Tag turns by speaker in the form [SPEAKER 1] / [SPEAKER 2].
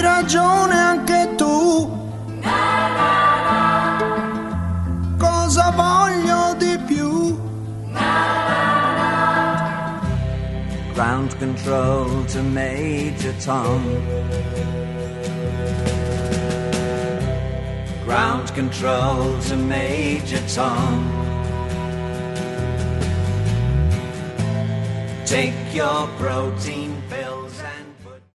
[SPEAKER 1] ragione anche tu. Cosa voglio di più?
[SPEAKER 2] Ground control to Major Tom. Ground control to Major Tom. Take your protein